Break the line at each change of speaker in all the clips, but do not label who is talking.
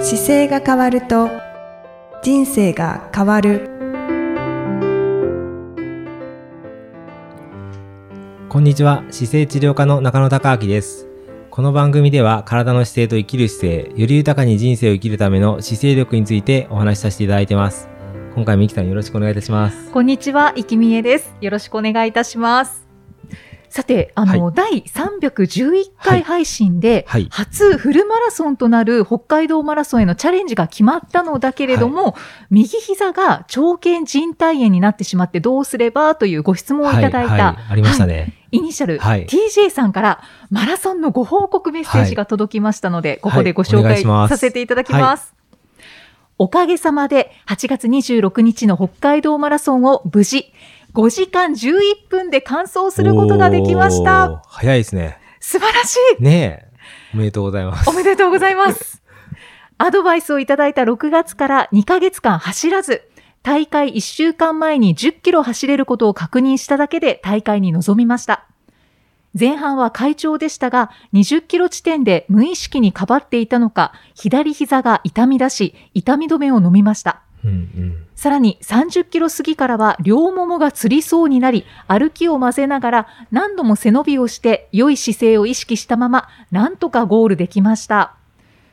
姿勢が変わると人生が変わる
こんにちは姿勢治療科の中野孝明ですこの番組では体の姿勢と生きる姿勢より豊かに人生を生きるための姿勢力についてお話しさせていただいてます今回もきさんよろしくお願いいたします
こんにちは、いきみえです。よろしくお願いいたします。さて、あの、第311
はい
回配信で、
はい
初フルマラソンとなる北海道マラソンへのチャレンジが決まったのだけれども、右膝が長腱靭帯炎になってしまってどうすればというご質問をいただいた、
はいはい、ありましたね、
イニシャル、
はい
TJ さんからマラソンのご報告メッセージが届きましたので、ここでご紹
お願い
介
します
させていただきます。おかげさまで8月26日の北海道マラソンを無事5時間11分で完走することができました。
おー早いですね
素晴らしい
ねえおめでとうございます
おめでとうござ います。アドバイスをいただいた6月から2ヶ月間走らず、大会1週間前に10キロ走れることを確認しただけで大会に臨みました。前半は快調でしたが、20キロ地点で無意識にかばっていたのか、左膝が痛み出し、痛み止めを飲みました。
うんうん
さらに30キロ過ぎからは両ももがつりそうになり、歩きを混ぜながら何度も背伸びをして良い姿勢を意識したまま、なんとかゴールできました。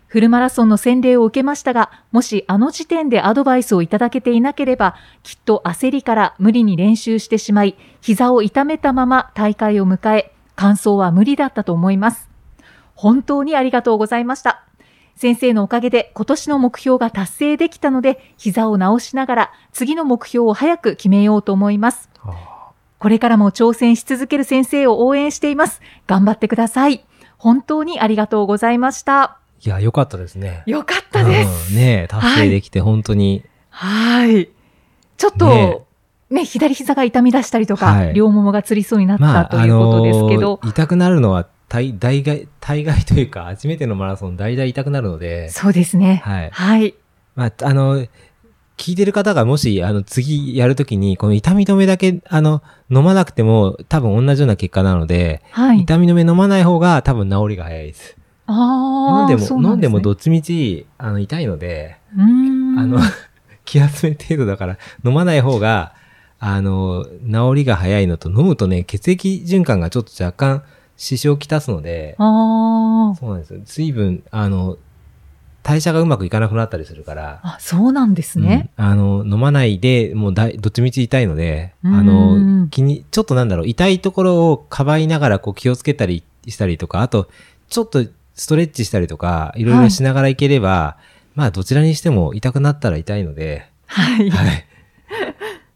フルマラソンの洗礼を受けましたが、もしあの時点でアドバイスをいただけていなければ、きっと焦りから無理に練習してしまい、膝を痛めたまま大会を迎え、感想は無理だったと思います。本当にありがとうございました。先生のおかげで今年の目標が達成できたので、膝を直しながら次の目標を早く決めようと思います。
あ
これからも挑戦し続ける先生を応援しています。頑張ってください。本当にありがとうございました。
ーいや良かったですね
よかったです。
うんねえ達成できて本当に、
はい。ちょっと、
ね
ね左膝が痛み出したりとか、
はい
両ももがつりそうになった、ということですけど、
あのー痛くなるのは大大概大概というか初めてのマラソン大体痛くなるので、
そうですね。
はい
はい。
まあ、あの聞いてる方がもしあの次やるときにこの痛み止めだけあの飲まなくても多分同じような結果なので、
はい。
痛み止め飲まない方が多分治りが早いです。飲
あ
ん
あ、
でも
そうな
飲ん
すね
でもどっちみちあの痛いので、
うーん
あの 気休め程度だから飲まない方があの治りが早いのと飲むとね血液循環がちょっと若干支障をきたすので、
あー
そうなんですよ。水分、あの、代謝がうまくいかなくなったりするから、
あ、そうなんですね。
うんあの、飲まないで、もうだいどっちみち痛いので、あ
うん
の、気に、ちょっとなんだろう、痛いところをかばいながらこう気をつけたりしたりとか、あと、ちょっとストレッチしたりとか、いろいろしながらいければ、まあ、どちらにしても痛くなったら痛いので、
はい。
はい。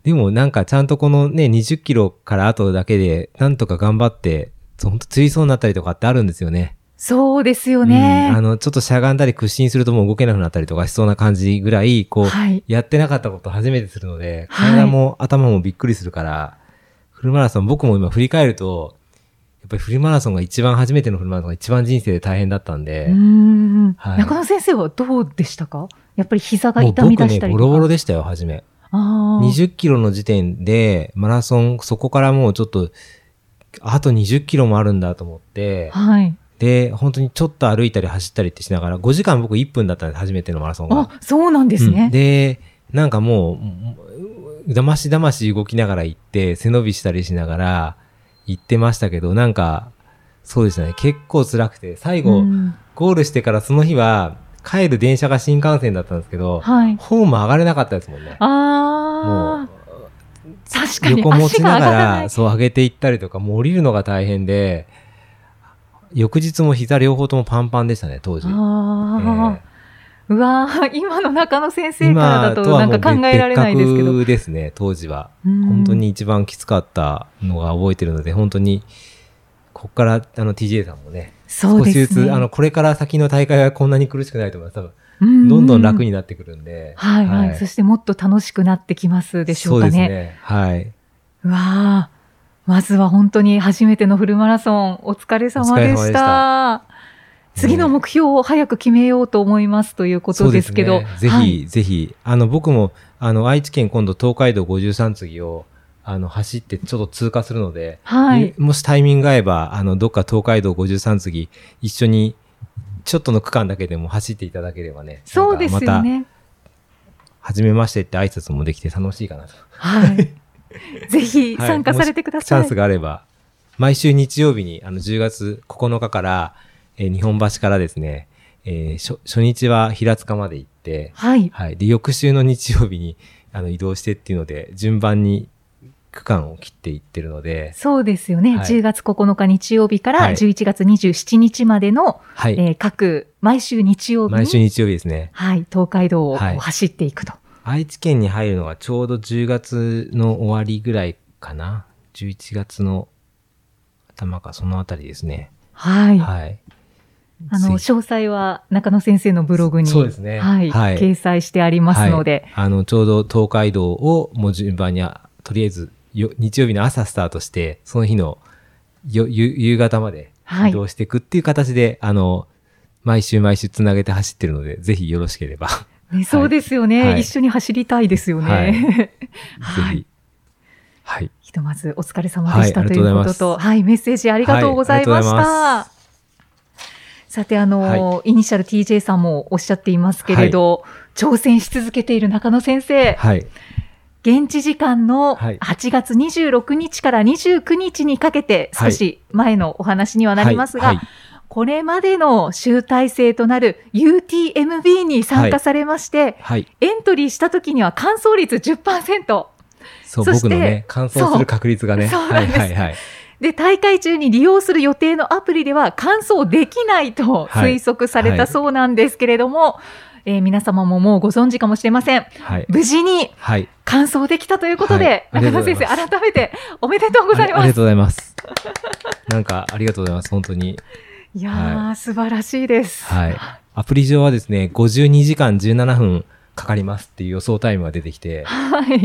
でもなんかちゃんとこのね、20キロから後だけで、なんとか頑張って、ほんとつりそうになったりとかってあるんですよね。
そうですよ
うんあ
ね。
の、ちょっとしゃがんだり屈伸するともう動けなくなったりとかしそうな感じぐらい、こう、
はい。
やってなかったこと初めてするので、
はい
体も頭もびっくりするから、フルマラソン、僕も今振り返ると、やっぱりフルマラソンが一番、初めてのフルマラソンが一番人生で大変だったん
う
で、
ーん
はい
中野先生はどうでしたかやっぱり膝が
もう
痛み
僕
出し
ね、
たり
ボ
とか。
ロボロでしたよ、初め。
あー
20キロの時点で、マラソン、そこからもうちょっと、あと20キロもあるんだと思って、
はい。
で、本当にちょっと歩いたり走ったりってしながら、5時間僕1分だったんです、初めてのマラソンが。
あ、そうなんです
うん
ね。
で、なんかもう、だましだまし動きながら行って、背伸びしたりしながら行ってましたけど、なんか、そうでしたね。結構辛くて、最後、
うん
ゴールしてからその日は、帰る電車が新幹線だったんですけど、
はい。
ホーム上がれなかったですもんね。もう
ああ、確かに
横持
足
ちな
が上
が
がらな
ら、
い。
そう上げていったりとか、もう降りるのが大変で、翌日も膝両方ともパンパンでしたね、当時。
あ
ええ
あ、うわー今の中野先生からだと
は
なん
もう
か考えられないですけ
別
ど。
格ですね、当時は。
うん
本当に一番きつかったのが覚えてるので、本当に、ここから、あの、TJ さんもね、
そう
少
で
しず
すね。
つ、あの、これから先の大会はこんなに苦しくないと思います。多分、
うう
どんどん楽になってくるんで。
はいはい、そしてもっと楽しくなってきますでしょうか
そうです
ね。
ね。はい。
うわあ、まずは本当に初めてのフルマラソン、お疲れ様で
お疲れ様
し。
でした
次の目標を早く決めようと思いますということですけど、
そうですねぜひ、
はい、
ぜひ、あの、僕も、あの、愛知県今度東海道53次を、あの、走ってちょっと通過するので、
はい
もしタイミングが合えば、あの、どっか東海道53次、一緒にちょっとの区間だけでも走っていただければね。
そうですよ
なんかま
ね。
た、はじめましてって挨拶もできて楽しいかなと。
はい。ぜひ
はい
参加されてくだ
チ
さ
ャ
い。
ンスがあれば、毎週日曜日に、あの、10月9日から、えー日本橋からですね、えー初、初日は平塚まで行って、
はい。
はい。で、翌週の日曜日に、あの、移動してっていうので、順番に区間を切っていってるので、
そうですよね。
はい
10月9日日曜日か
は
ら
い
11月27日までの、
はい。
えー各毎週日曜日
毎週
に、
日曜日ですね。
はい、東海道をこ
はいう
走っていくと。
愛知県に入るのがちょうど10月の終わりぐらいかな。11月の頭か、そのあたりですね。
はい。
はい。
あの、
ぜ
詳細は中野先生のブログに、
そうですね
はい、
はい
掲載してあり
ひ
ますので
は、いあの、ちょうど東海道をもう順番に、あとりあえずよ日曜日の朝スタートして、その日のよゆ夕方まで
はい
移動していくっていう形で、あの、毎週毎週つなげて走ってるので、ぜひよろしければ、
ねそうですよね、
はい
一緒に走りたいですよね。
はい
は
ぜ
い
ひ。はい。
ひとまずお疲れ様でした、
はい
とい
ありがと
うこ
うございま
と
す
と、はい、メッセージありがとうございました。
はいありがとうございま
さて、あの、イニシャル TJ さんもおっしゃっていますけれど、挑戦し続けている中野先生、
はい。
現地時間の
はい
8月26日から29日にかけて、
は
少
い
し前のお話にはなりますが、
はいはい
これまでの集大成となる UTMB に参加されまして、
はい。
エントリーした時には完走率10%。
そう、
そして
僕のね、完走する確率がね。
そうそうなんです
はいはいはい。
で、大会中に利用する予定のアプリでは完走できないと
はい
推測されたそうなんですけれども、えー皆様ももうご存知かもしれません。
はい。
無事に
はい。
完走できたということで、
はいありが
中
と
野
うございます
先生、改めておめでとうござい
ありあ
ま
りが。
す
とうございます。なんか、ありがとうございます。本当に。
いやー、素晴らしいです。
はい。アプリ上はですね、52時間17分かかりますっていう予想タイムが出てきて、
はい。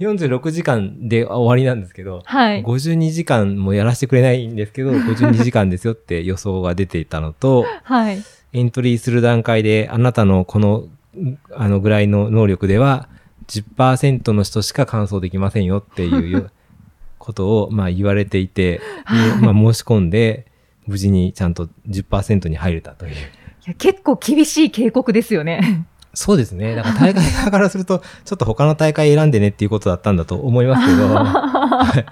46時間で終わりなんですけど、
はい。
52時間もやらせてくれないんです けど、52時間ですよって予想が出ていたのと、
はい。
エントリーする段階で、あなたのこの、んあのぐらいの能力では、10%の人しか完走できませんよっていうよこと を、まあ言われていて、でまあ申し込んで、無事にちゃんと10%に入れたという。
いや結構厳しい警告ですよね。
そうですね。だから大会側からする と、ちょっと他の大会選んでねっていうことだったんだと思いますけ ど、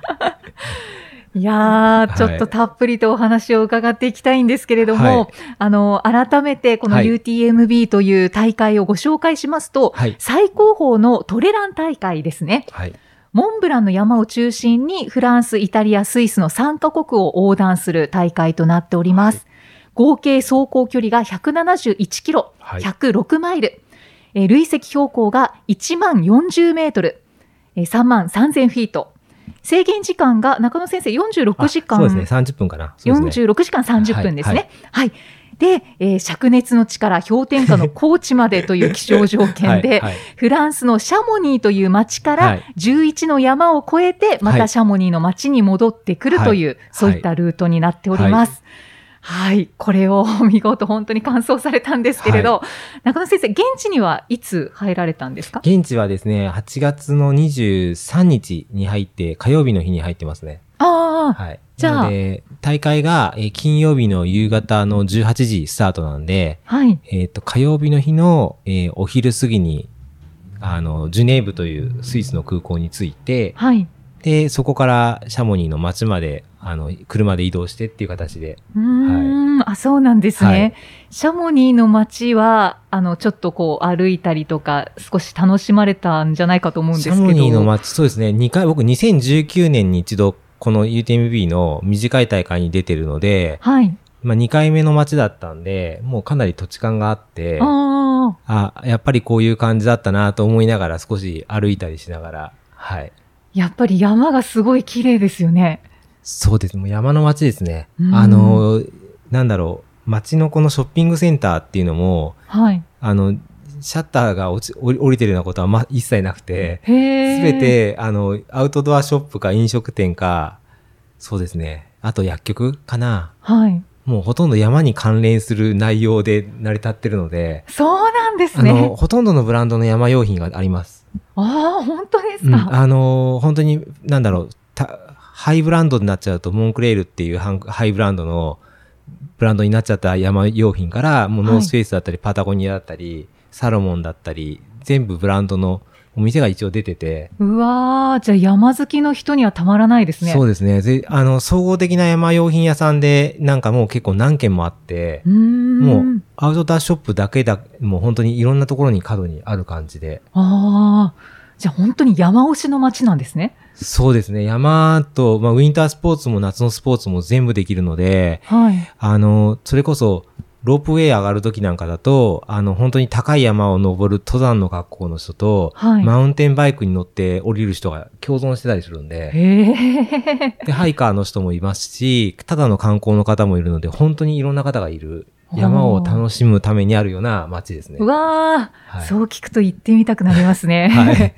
いやー、
はい
ちょっとたっぷりとお話を伺っていきたいんですけれど
は
も、
い
あの、改めてこの
はい
UTMB という大会をご紹介しますと、
はい。
最高峰のトレラン大会ですね。
はい。
モンブランの山を中心にフランス、イタリア、スイスの3カ国を横断する大会となっております。合計走行距離が171キロ、
はい
106マイル、えー累積標高が1万40メートル、えー3万3000フィート。制限時間が中野先生46
あ
時間、
そうですね。30分かな。そうですね。
46時間30分ですね。はい。で、えー灼熱の地から氷点下の高地までという気象条件 で、
はい。はい
フランスのシャモニーという町か
は
ら
い
11の山を越えて、ま
は
た
い
シャモニーの町に戻ってくるという、そういったルートになっております。はい、これを見事本当に完走されたんですけれど、中野先生、現地にはいつ入られたんですか
現地はですね、8月の23日に入って、火曜日の日に入ってますね。
ああ、
はい。
じゃあ
なので、大会が、えー金曜日の夕方の18時スタートなんで、
はい。
えっ、と、火曜日の日の、えーお昼過ぎに、あの、ジュネーブというスイスの空港に着いて、
はい。
で、そこからシャモニーの町まで、あの、車で移動してっていう形で、
うーん、あ、そうなんですね。
はい
シャモニーの街は、あの、ちょっとこう歩いたりとか、少し楽しまれたんじゃないかと思うんです
シ
けど。
ャモニーの街、そうですね、2回、僕2019年に一度、この UTMB の短い大会に出てるので、
はい。
まあ、2回目の街だったんで、もうかなり土地感があって、
ああ。
あ、やっぱりこういう感じだったなと思いながら少し歩いたりしながら、はい。
やっぱり山がすごい綺麗ですよね。
そうです。もう山の街ですね。
うん
あの、なんだろう、街のこのショッピングセンターっていうのも、
はい。
あの、シャッターが落ち、降り降りてるようなことは、ま、一切なくて、
へえ。
すべ。て、あの、アウトドアショップか飲食店か、そうですね。あと薬局かな。
はい。
もうほとんど山に関連する内容で成り立ってるので、
そうなんです
あの、
ね。
ほとんどのブランドの山用品があります。
ああ、本当です
うん、
か。
あのー本当に、なんだろうたハイブランドになっちゃうと、モンクレールっていうハンハイブランドのブランドになっちゃった山用品から、もうノースフェイスだったり、パタゴニアだったり、サロモンだったり、全部ブランドのお店が一応出てて、
うわー、じゃあ山好きの人にはたまらないですね。
そうですね。ぜあの、総合的な山用品屋さんで、なんかもう結構何軒もあって、
うーん。
もうアウトドアショップだけだ、もう本当にいろんなところに角にある感じで。
ああ。じゃあ本当に山推しの街なんですね。
そうですね。山と、まあ、ウィンタースポーツも夏のスポーツも全部できるので、
はい。
あの、それこそ、ロープウェイ上がる時なんかだと、あの、本当に高い山を登る登山の学校の人と、
はい
マウンテンバイクに乗って降りる人が共存してたりするんで、
へ え。
で、ハイカーの人もいますし、ただの観光の方もいるので、本当にいろんな方がいる。山を楽しむためにあるような街ですね
う。わー、
はい
そう聞くと行ってみたくなりますね。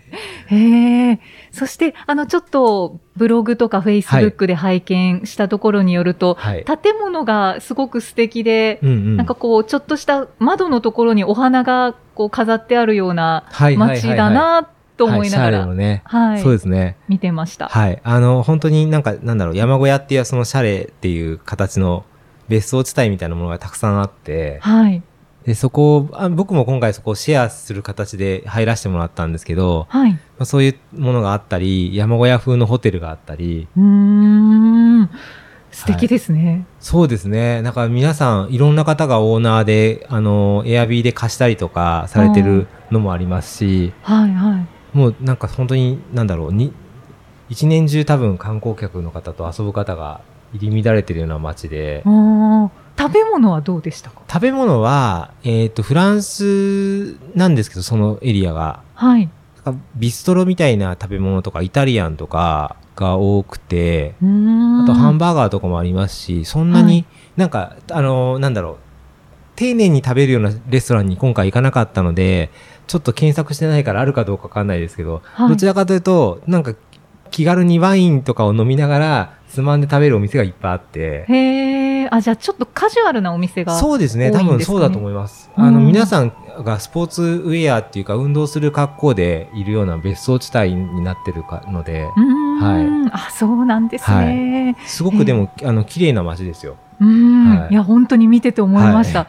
はい。
へえ。そして、あの、ちょっとブログとかフェイスブックで拝見したところによると、
はい。
建物がすごく素敵で、
うんうん。
なんかこう、ちょっとした窓のところにお花がこう飾ってあるような
はいはいはいはい、
街だなと思いなが
はシャーレの
ら、
ね、
はい、
そうですね。
見てました。
はい。あの、本当になんか、なんだろう、山小屋っていうそのシャレっていう形の別荘地帯みたいなものがたくさんあって、
はい。
で、そこをあ僕も今回そこをシェアする形で入らせてもらったんですけど、
はい。
まあ、そういうものがあったり、山小屋風のホテルがあったり、
うーん。素敵ですね。
そうですね。なんか皆さん、いろんな方がオーナーで、あの、エアビーで貸したりとかされてるのもありますし、
はい、はい。
もうなんか本当に、なんだろう、に、一年中多分観光客の方と遊ぶ方が入り乱れてるような街で、
あー食べ物はどうでしたか
食べ物は、えっ、と、フランスなんですけど、そのエリアが。
はい。
なんかビストロみたいな食べ物とか、イタリアンとかが多くて、
うーん。
あとハン
バ
バーガーとかもありますし、そんなに、
はい
なんか、あのーなんだろう、丁寧に食べるようなレストランに今回行かなかったので、ちょっと検索してないからあるかどうかわかんないですけど、
はい
どちらかというと、なんか気軽にワインとかを飲みながら、つまんで食べるお店がいっぱいあって、
へえ。あ、じゃあちょっとカジュアルなお店が。
そうですね
多いん
多分
ですかね
そうだと思いますあの
うん
皆さんがスポーツウェアっていうか運動する格好でいるような別荘地帯になってるかので
うーん。あ、そうなんですね。
すごくでも、あの綺麗な街です よ
うーん、
はい
い。や、本当に見てて思いました。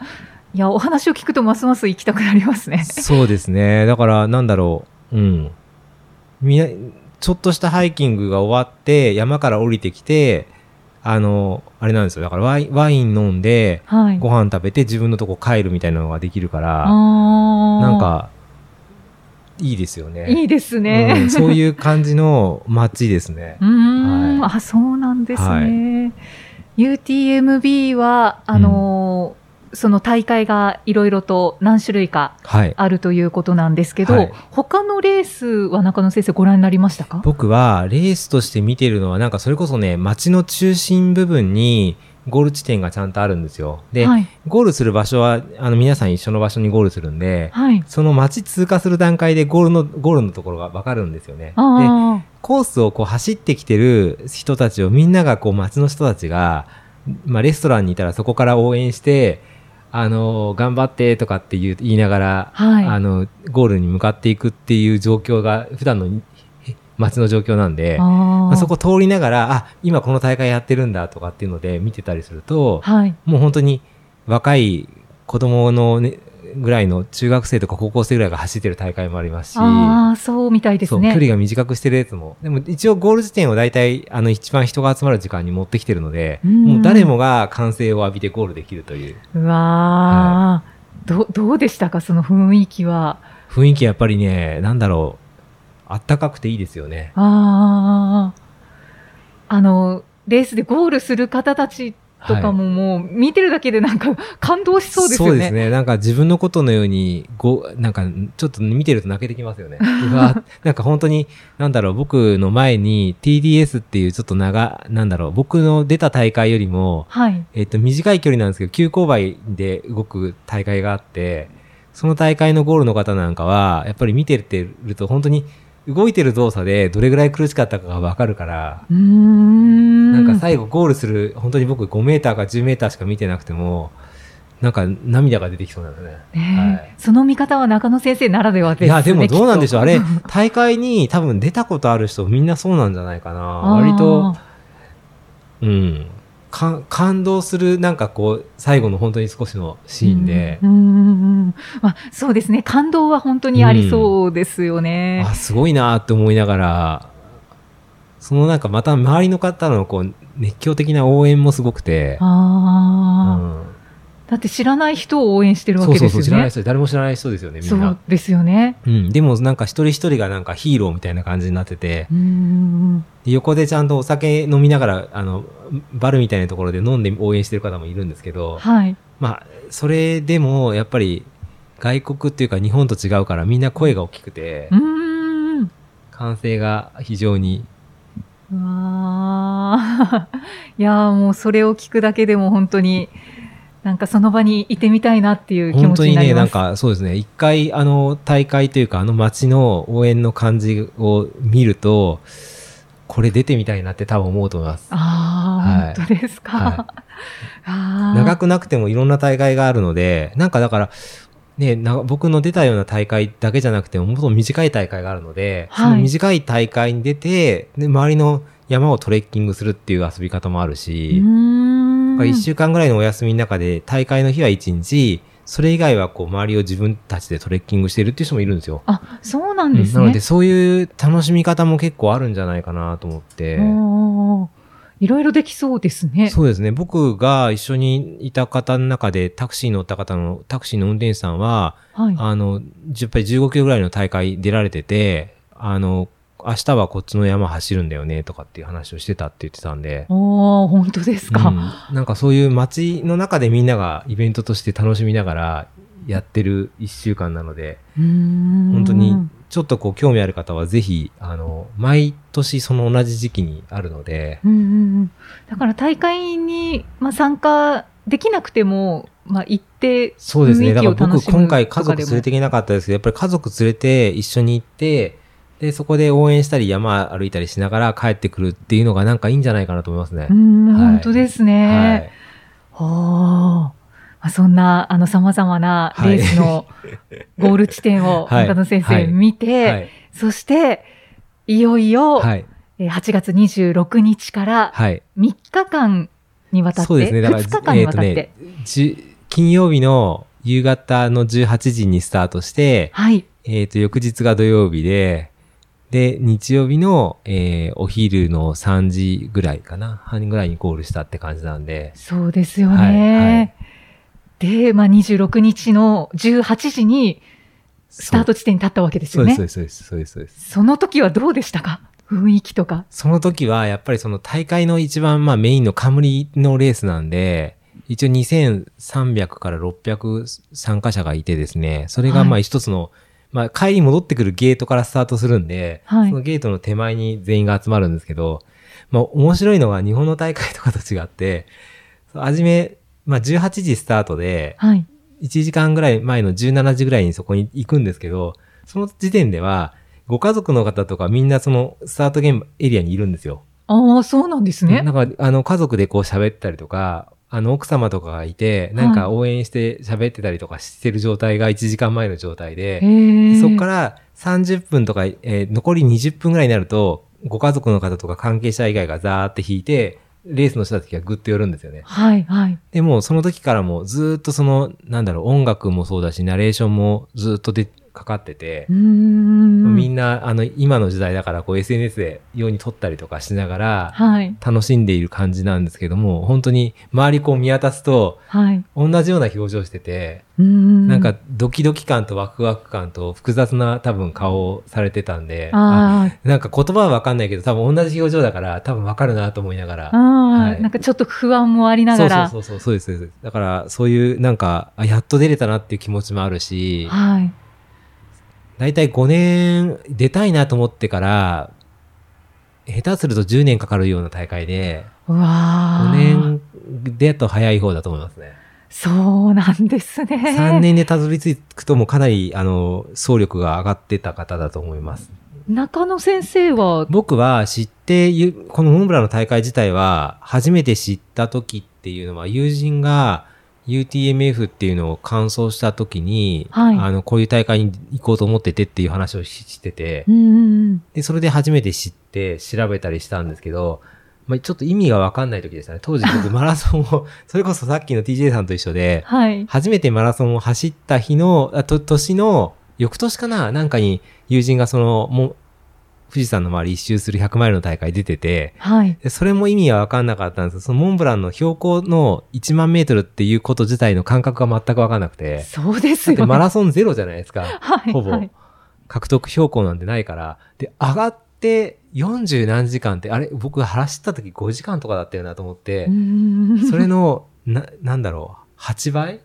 い、や、お話を聞くとますます行きたくなりますね。
そうですねだからなんだろううんみなちょっとしたハイキングが終わって山から降りてきてあのあれなんですよだからワインワイン飲んで
はい。
ご飯食べて自分のとこ帰るみたいなのができるから
あ
なん
あ。
かいいですよね
いいです
う
ね。
んそういう感じの街です ね
う。ーん、
はい
あ、そうなんですね。UTMB は、あのーその大会がいろいろと何種類か
はい。
あるということなんですけど、
はい
他のレースは中野先生ご覧になりましたか
僕はレースとして見てるのはなんかそれこそね、街の中心部分にゴール地点がちゃんとあるんですよ。で、
はい。
ゴールする場所はあの皆さん一緒の場所にゴールするんで、
はい。
その街通過する段階でゴールの、ゴールのところがわかるんですよね。で、
あ
コースをこう走ってきてる人たちをみんながこう街の人たちが、まあ、レストランにいたらそこから応援して、あの頑張ってとかって言う言いながら
あ。、はい。
あのゴールに向かっていくっていう状況が普段のへ街の状況なんで、ま
あ
あ
ー
そこ通りながら、あ、今この大会やってるんだとかっていうので見てたりすると、
はい。
もう本当に若い子供の、ね、ぐらいの中学生とか高校生ぐらいが走ってる大会もありますし、
ああ、そうみたいです
そう距離
ね。
が短くしてるやつもでも一応ゴール地点を大体あの一番人が集まる時間に持ってきてるので、
うん
もう誰もが歓声を浴びてゴールできるという
うわあ、どどうでしたか、その雰囲気は。
雰囲気やっぱりねなんだろうあったかくていいですよね
ああ。あの、レースでゴールする方たちとかももう見てるだけでなんか感動しそうですよね。
なんか自分のことのようにごなんかちょっと見てると泣けてきますよ ねうわなんか本当になんだろう僕の前に TDS っていうちょっと長なんだろう僕の出た大会よりも
はい。
えっと、短い距離なんですけど、急勾配で動く大会があって、その大会のゴールの方なんかは、やっぱり見ててると、本当に動いてる動作でどれぐらい苦しかったかがわかるから、
うーん。
なんか最後ゴールする、本当に僕5メーターか10メーターしか見てなくても、なんか涙が出てきそうなんだね。
ねえ
はい
その見方は中野先生ならではです、
い
ね。
や、でもどうなんでしょう。あれ
きっと、
大会に多分出たことある人みんなそうなんじゃないかな。
あー
割と、うん。か感動するなんかこう最後の本当に少しのシーンで、
うんうんうんうんまあ、そうですね感動は本当にありそうですよね。
あすごいなって思いながらそのなんかまた周りの方のこう熱狂的な応援もすごくて、
あー
うん
だって知らない人を応援してるわ
そ
け
う
です
そ
よ
う
ね。
そう知らない人誰も知らない人ですよねみん
そう
な、
ですよね。
うん、でもなんか一人一人がなんかヒーローみたいな感じになってて
うんうんうん
で横でちゃんとお酒飲みながらあのバルみたいなところで飲んで応援してる方もいるんですけど、
はい。
まあそれでもやっぱり外国っていうか日本と違うからみんな声が大きくて
うーん。う
歓声が非常に
わー いやーもうそれを聞くだけでも本当に、なんかその場にいてみたいなっていう気
本
持ち
当
に
に
なり
ね
ま
なん
す。
かそうですね一回あの大会というかあの街の応援の感じを見るとこれ出てみたいなって多分思うと思います。
ああ、
はい
本当ですか。
はい
あー
長くなくてもいろんな大会があるのでなんかだから、ね、な僕の出たような大会だけじゃなくてももっと短い大会があるので、
はい
その短い大会に出てで周りの山をトレッキングするっていう遊び方もある
うー
し、
ん
1週間ぐらいのお休みの中で大会の日は1日それ以外はこう周りを自分たちでトレッキングしてるっていう人もいるんですよ。
あ、そうなんです
なの
ね
で。そういう楽しみ方も結構あるんじゃないかなと思って。
おーいろいろできそうですね。
そうですね。僕が一緒にいた方の中で、タクシーに乗った方の、タクシーの運転手さんは、
はい。
あの、10杯15キロぐらいの大会出られてて、あの、明日はこっちの山走るんだよね、とかっていう話をしてたって言ってたんで、
おお本当ですか。
うんなんかそういう街の中でみんながイベントとして楽しみながらやってる1週間なので、
うーん
本当にちょっとこう興味ある方はぜひ、あの、毎年その同じ時期にあるので、
うんうんうん、だから大会に、まあ、参加できなくても、まあ、行って
そうですね。
雰囲
だ
気
か
を
ら
楽
僕、
しむ
今回家族
とかで
連
も
れていけなかったですけど、やっぱり家族連れて一緒に行って、で、そこで応援したり山歩いたりしながら帰ってくるっていうのがなんかいいんじゃないかなと思いますね
う。ん、
はい
本当ですね。おーまあ、そんなあの様々なレー スのゴール地点を
はい
中野先
は
生
い
見て、
はい。はい。
そしていよいよ、
はい。
えー8月26日から
はい。
3日間にわたって、
そうですね。だから、
2日間にわたって、
えーとねじゅ、金曜日の夕方の18時にスタートして、
はい、
えっ、と、翌日が土曜日で、で、日曜日の、えーお昼の3時ぐらいかな、半ぐらいにゴールしたって感じなんで、
そうですよね。で、まあ、26日の18時にスタート地点に立ったわけです
そ
よ
うです、
ね。
そうです、そうです、そうです。そうです
その時はどうでしたか雰囲気とか。
その時は、やっぱりその大会の一番、まあメインの冠のレースなんで、一応2300から600参加者がいてですね、それがま
は
あ一つの、まあ帰り戻ってくるゲートからスタートするんで、
はい
そのゲートの手前に全員が集まるんですけど、まあ面白いのが日本の大会とかと違って、はじめ、まあ18時スタートで、
はい。
1時間ぐらい前の17時ぐらいにそこに行くんですけど、その時点では、ご家族の方とかみんなそのスタート現場エリアにいるんですよ。
ああ、そうなんですね。
なんか、あの、家族でこう喋ったりとか、あの、奥様とかがいて、なんか応援して喋ってたりとかしてる状態が1時間前の状態
へ
で、
え。。
そこからら30分とか、えー残り20分ぐらいになると、ご家族の方とか関係者以外がザーって引いて、レースの人たちがぐっと寄るんですよね。
はい、はい。
でもうその時からもうずーっとそのなんだろう音楽もそうだしナレーションもずーっとでかかってて
うー、ん。
みんなあの今の時代だからこう SNS で用に撮ったりとかしながら
はい、
楽しんでいる感じなんですけども本当に周りこう見渡すと
はい。う
同じような表情してて、
ーん。
なんか、ドキドキ感とワクワク感と複雑な多分顔をされてたんであ
あ
なんか言葉はわかんないけど多分同じ表情だから多分わかるなと思いながら
あ、ああ、
はい
なんかちょっと不安もありながら。
そうそうそうそうそうですそうですだからそういうなんかあやっと出れたなっていう気持ちもあるし
はい。
大体5年出たいなと思ってから下手すると10年かかるような大会で
うわあ。
5年でと早い方だと思いますね
そうなんですね。
3年でたどり着くともうかなりあの総力が上がってた方だと思います
中野先生は、
僕は知ってゆ、このモンブランの大会自体は、初めて知った時っていうのは、友人が UTMF っていうのを完走した時に、
はい
あの、こういう大会に行こうと思っててっていう話をししてて
う、んうんうん。
で、それで初めて知って調べたりしたんですけど、まあ、ちょっと意味がわかんない時でしたね。当時僕マラソンを、 それこそさっきの TJ さんと一緒で、
はい。
初めてマラソンを走った日の、あと年の、翌年かななんかに友人がその、もう、富士山の周り一周する100マイルの大会出てて、
はい。
でそれも意味がわかんなかったんですけどそのモンブランの標高の1万メートルっていうこと自体の感覚が全くわかんなくて、
そうです
だって
よ
マ
ね。
ラソンゼロじゃないですか。
はい。
ほぼ
はい
獲得標高なんてないから、で、上がって40何時間って、あれ、僕腹走った時5時間とかだったよなと思って
う、ーん
それの、な、なんだろう、8倍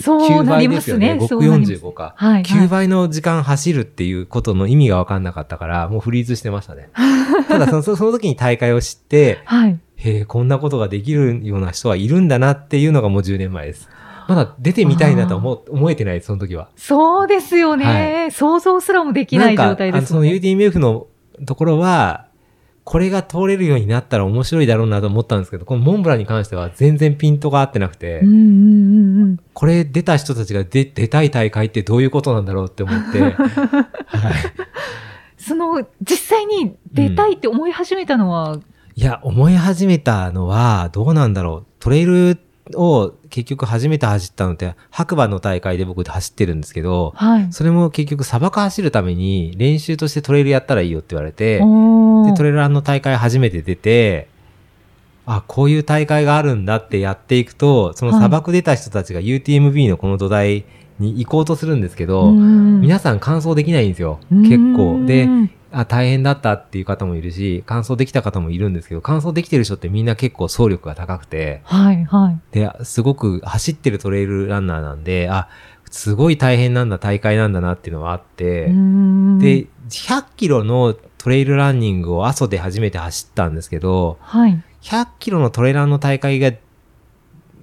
そう
?9
な
倍
りま
です
す
よね。
ね。そうなります
545か。
はい。は
9
い
倍の時間走るっていうことの意味が分かんなかったから、もうフリーズしてましたね。 ただその、そその時に大会を知って、
はい。
へえ、こんなことができるような人はいるんだなっていうのがもう10年前です。まだ出てみたいなとは思思えてないです、その時は。
そうですよ
は
ね。想像すらもできない状態
なんかあ
で
の
す
その UTMF のところは、これが通れるようになったら面白いだろうなと思ったんですけど、このモンブランに関しては全然ピントが合ってなくて、
うんうんうんうん。
これ出た人たちが出出たい大会ってどういうことなんだろうって思って、はい、
その、実際に出たいって思い始めたのは、
いや、思い始めたのはどうなんだろう。トレイルを結局初めて走ったのって、白馬の大会で僕走ってるんですけど、
はい。
それも結局砂漠走るために練習としてトレイルやったらいいよって言われて、
お
で、
ー
トレランの大会初めて出て、あ、こういう大会があるんだってやっていくと、その
はい
砂漠出た人たちが UTMB のこの土台に行こうとするんですけど、
うん
皆さん完走できないんですよ。結構。
う
で、
ん
あ、大変だったっていう方もいるし、完走できた方もいるんですけど、完走できてる人ってみんな結構走力が高くて、
はい、はい。
で、すごく走ってるトレイルランナーなんで、あ、すごい大変なんだ、大会なんだなっていうのはあって、
うん
で、、100キロのトレイルランニングを阿蘇で初めて走ったんですけど、
はい。
100キロのトレランの大会が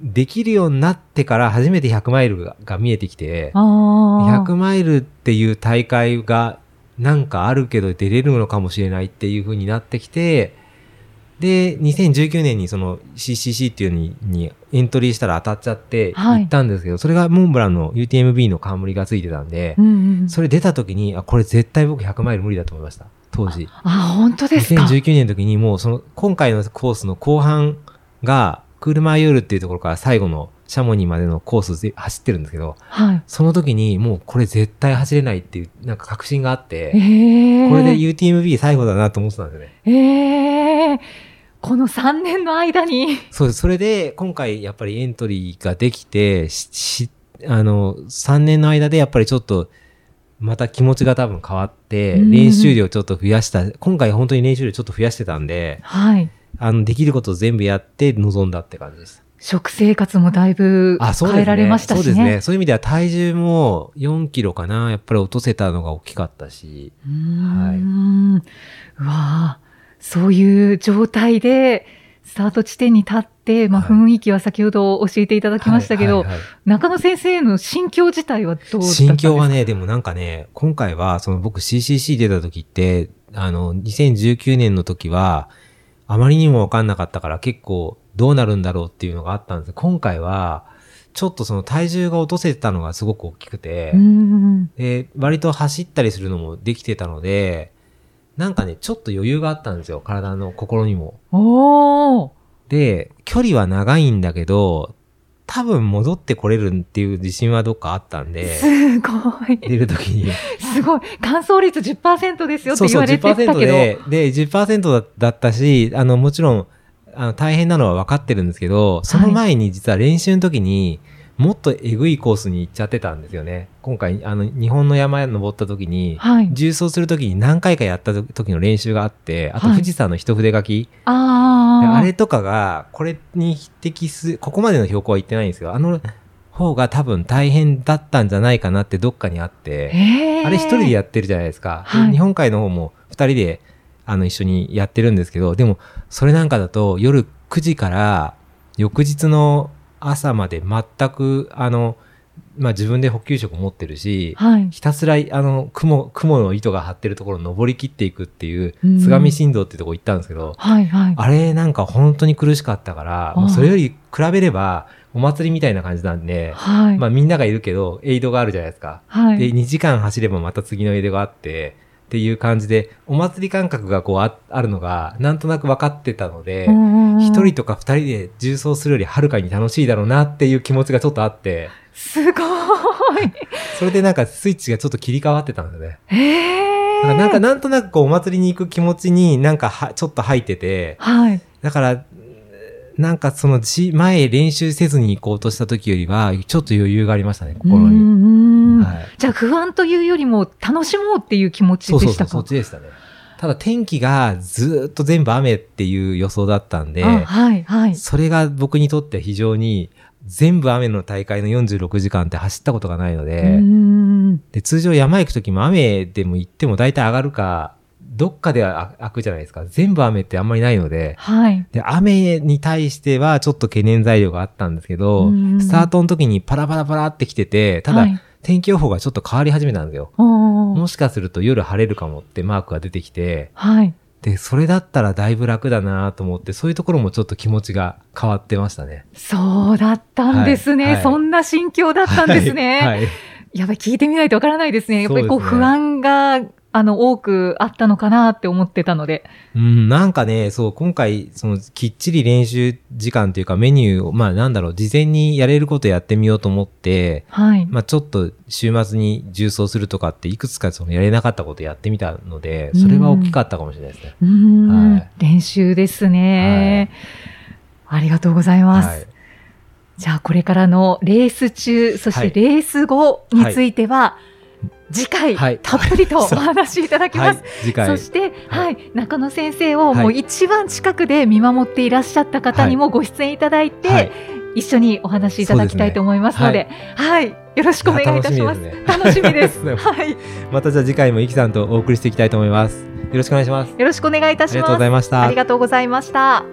できるようになってから初めて100マイルがが見えてきて、
ああ。
100マイルっていう大会がなんかあるけど出れるのかもしれないっていう風になってきて、で、2019年にその CCC っていうのににエントリーしたら当たっちゃって
はい
行ったんですけど、それがモンブランの UTMB の冠がついてたんで、
うんうんうん
それ出た時に、あ、これ絶対僕100マイル無理だと思いました。当時。
あ、本当ですか。
2019年の時にもうその、今回のコースの後半が、クールマイヨールっていうところから最後のシャモニーまでのコースで走ってるんですけど、
はい。
その時にもうこれ絶対走れないっていう、なんか確信があって、
ええ。
これで UTMB 最後だなと思ってたんですよね。
ええ。この3年の間に。
そうです。それで、今回やっぱりエントリーができて、し、しあの、3年の間でやっぱりちょっと、また気持ちが多分変わって、
うん
練習量ちょっと増やした、今回本当に練習量ちょっと増やしてたんで、
はい。
あの、できることを全部やって臨んだって感じです。
食生活もだいぶ
あ、そうですね。
変えられました
そうで
し
す
ね。
ね。そういう意味では体重も4キロかな、やっぱり落とせたのが大きかったし、
うーんうわあそういう状態で、スタート地点に立って、まあ、
はい
雰囲気は先ほど教えていただきましたけど、
はいはいはい
中野先生の心境自体はどうだったんですか
心境はね、でもなんかね、今回は、その僕 CCC 出た時って、あの、2019年の時は、あまりにもわかんなかったから結構どうなるんだろうっていうのがあったんです今回は、ちょっとその体重が落とせてたのがすごく大きくて、
うーん
で、割と走ったりするのもできてたので、なんかね、ちょっと余裕があったんですよ。体の心にも。
おー
で、距離は長いんだけど、多分戻ってこれるっていう自信はどっかあったんで、
すごい。
出る時に。
すごい。乾燥率10%ですよって言われてたけ
そ
ど。
うそう、10%で、で、10%だだったし、あの、もちろん、あの、大変なのは分かってるんですけど、その前に実は練習の時に、もっとえぐいコースに行っちゃってたんですよね。今回、あの、日本の山へ登った時に、
はい。
重走する時に何回かやった時の練習があって、あと
はい
富士山の一筆書き、
あ
で
あ。
あれとかが、これに匹敵す、ここまでの標高は行ってないんですよ。あの方が多分大変だったんじゃないかなってどっかにあって、
へー
あれ一人でやってるじゃないですか。
はい
日本海の方も二人であの一緒にやってるんですけど、でもそれなんかだと夜9時から翌日の朝まで全くあの、まあ、自分で補給食持ってるし、
はい。
ひたすらあの雲、雲の糸が張ってるところを登り切っていくっていう
うん
津上振動ってとこ行ったんですけど、
はい、はい。
あれなんか本当に苦しかったから、
うん
もうそれより比べればお祭りみたいな感じなんで、
はい。
まあみんながいるけどエイドがあるじゃないですか。
はい。
で、2時間走ればまた次のエイドがあって、っていう感じで、お祭り感覚がこうああるのが、なんとなく分かってたので、一
一
人とか二人で重装するよりはるかに楽しいだろうなっていう気持ちがちょっとあって、
すごい。
それでなんかスイッチがちょっと切り替わってたんだよね。
へ
だ
え。
からなんかなんとなくこうお祭りに行く気持ちになんかはちょっと入ってて、
はい。
だから、なんかそのじ前練習せずに行こうとした時よりは、ちょっと余裕がありましたね、心
う
に。
んうんうん
はい、
じゃあ不安というよりも楽しもうっていう気持ち
そ
で
うそうそ
した
う、そ
か
っ。ちでしたね。ただ天気がずーっと全部雨っていう予想だったんで、
あはいはい。
それが僕にとっては非常に全部雨の大会の46時間って走ったことがないので、
うん
で通常山行く時も雨でも行っても大体上がるかどっかでは開くじゃないですか全部雨ってあんまりないので
はい。
で雨に対してはちょっと懸念材料があったんですけど、
うん
スタートの時にパラパラパラってきててた
は
だ
い
天気予報がちょっと変わり始めたんですよ。
おー
もしかすると夜晴れるかもってマークが出てきて、
はい。
で、それだったらだいぶ楽だなと思って、そういうところもちょっと気持ちが変わってましたね。
そうだったんですね、
はいはい
そんな心境だったんですね。
はいはい
やばい、聞いてみないとわからないですね。やっぱりこう
そうですね
不安が、あの、多くあったのかなって思ってたので。
うん、なんかね、そう、今回、その、きっちり練習時間というか、メニューを、まあ、なんだろう、事前にやれることやってみようと思って、
はい。
まあ、ちょっと、週末に重走するとかって、いくつか、その、やれなかったことやってみたので、それは大きかったかもしれないですね。
うーん、
はい
練習ですね、ありがとうございます。
はい。
じゃあ、これからのレース中、そし
は
て
い
レース後については、次回、
はい
たっぷりと お
そう
話しいただき
は
ま
い
す。、
次回。
そして、は、
はい
中野先生をもう
はい
一番近くで見守っていらっしゃった方にもご出演いただいて、
はい、
一緒にお話しいただきたいと思いますので、はい、よろしくお願いいたします。
いや
楽
楽
し
し
み
み
で。
ですす
はい、よ
またじゃあ次回も、イキさんとお送りしていきたいと思います。よろしくお願いします。
ろしくお願いいた
あ
し
りがとうござい。
ます
ました
あり。がとうございました。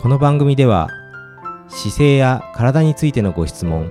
この番組では姿勢や体についてのご質問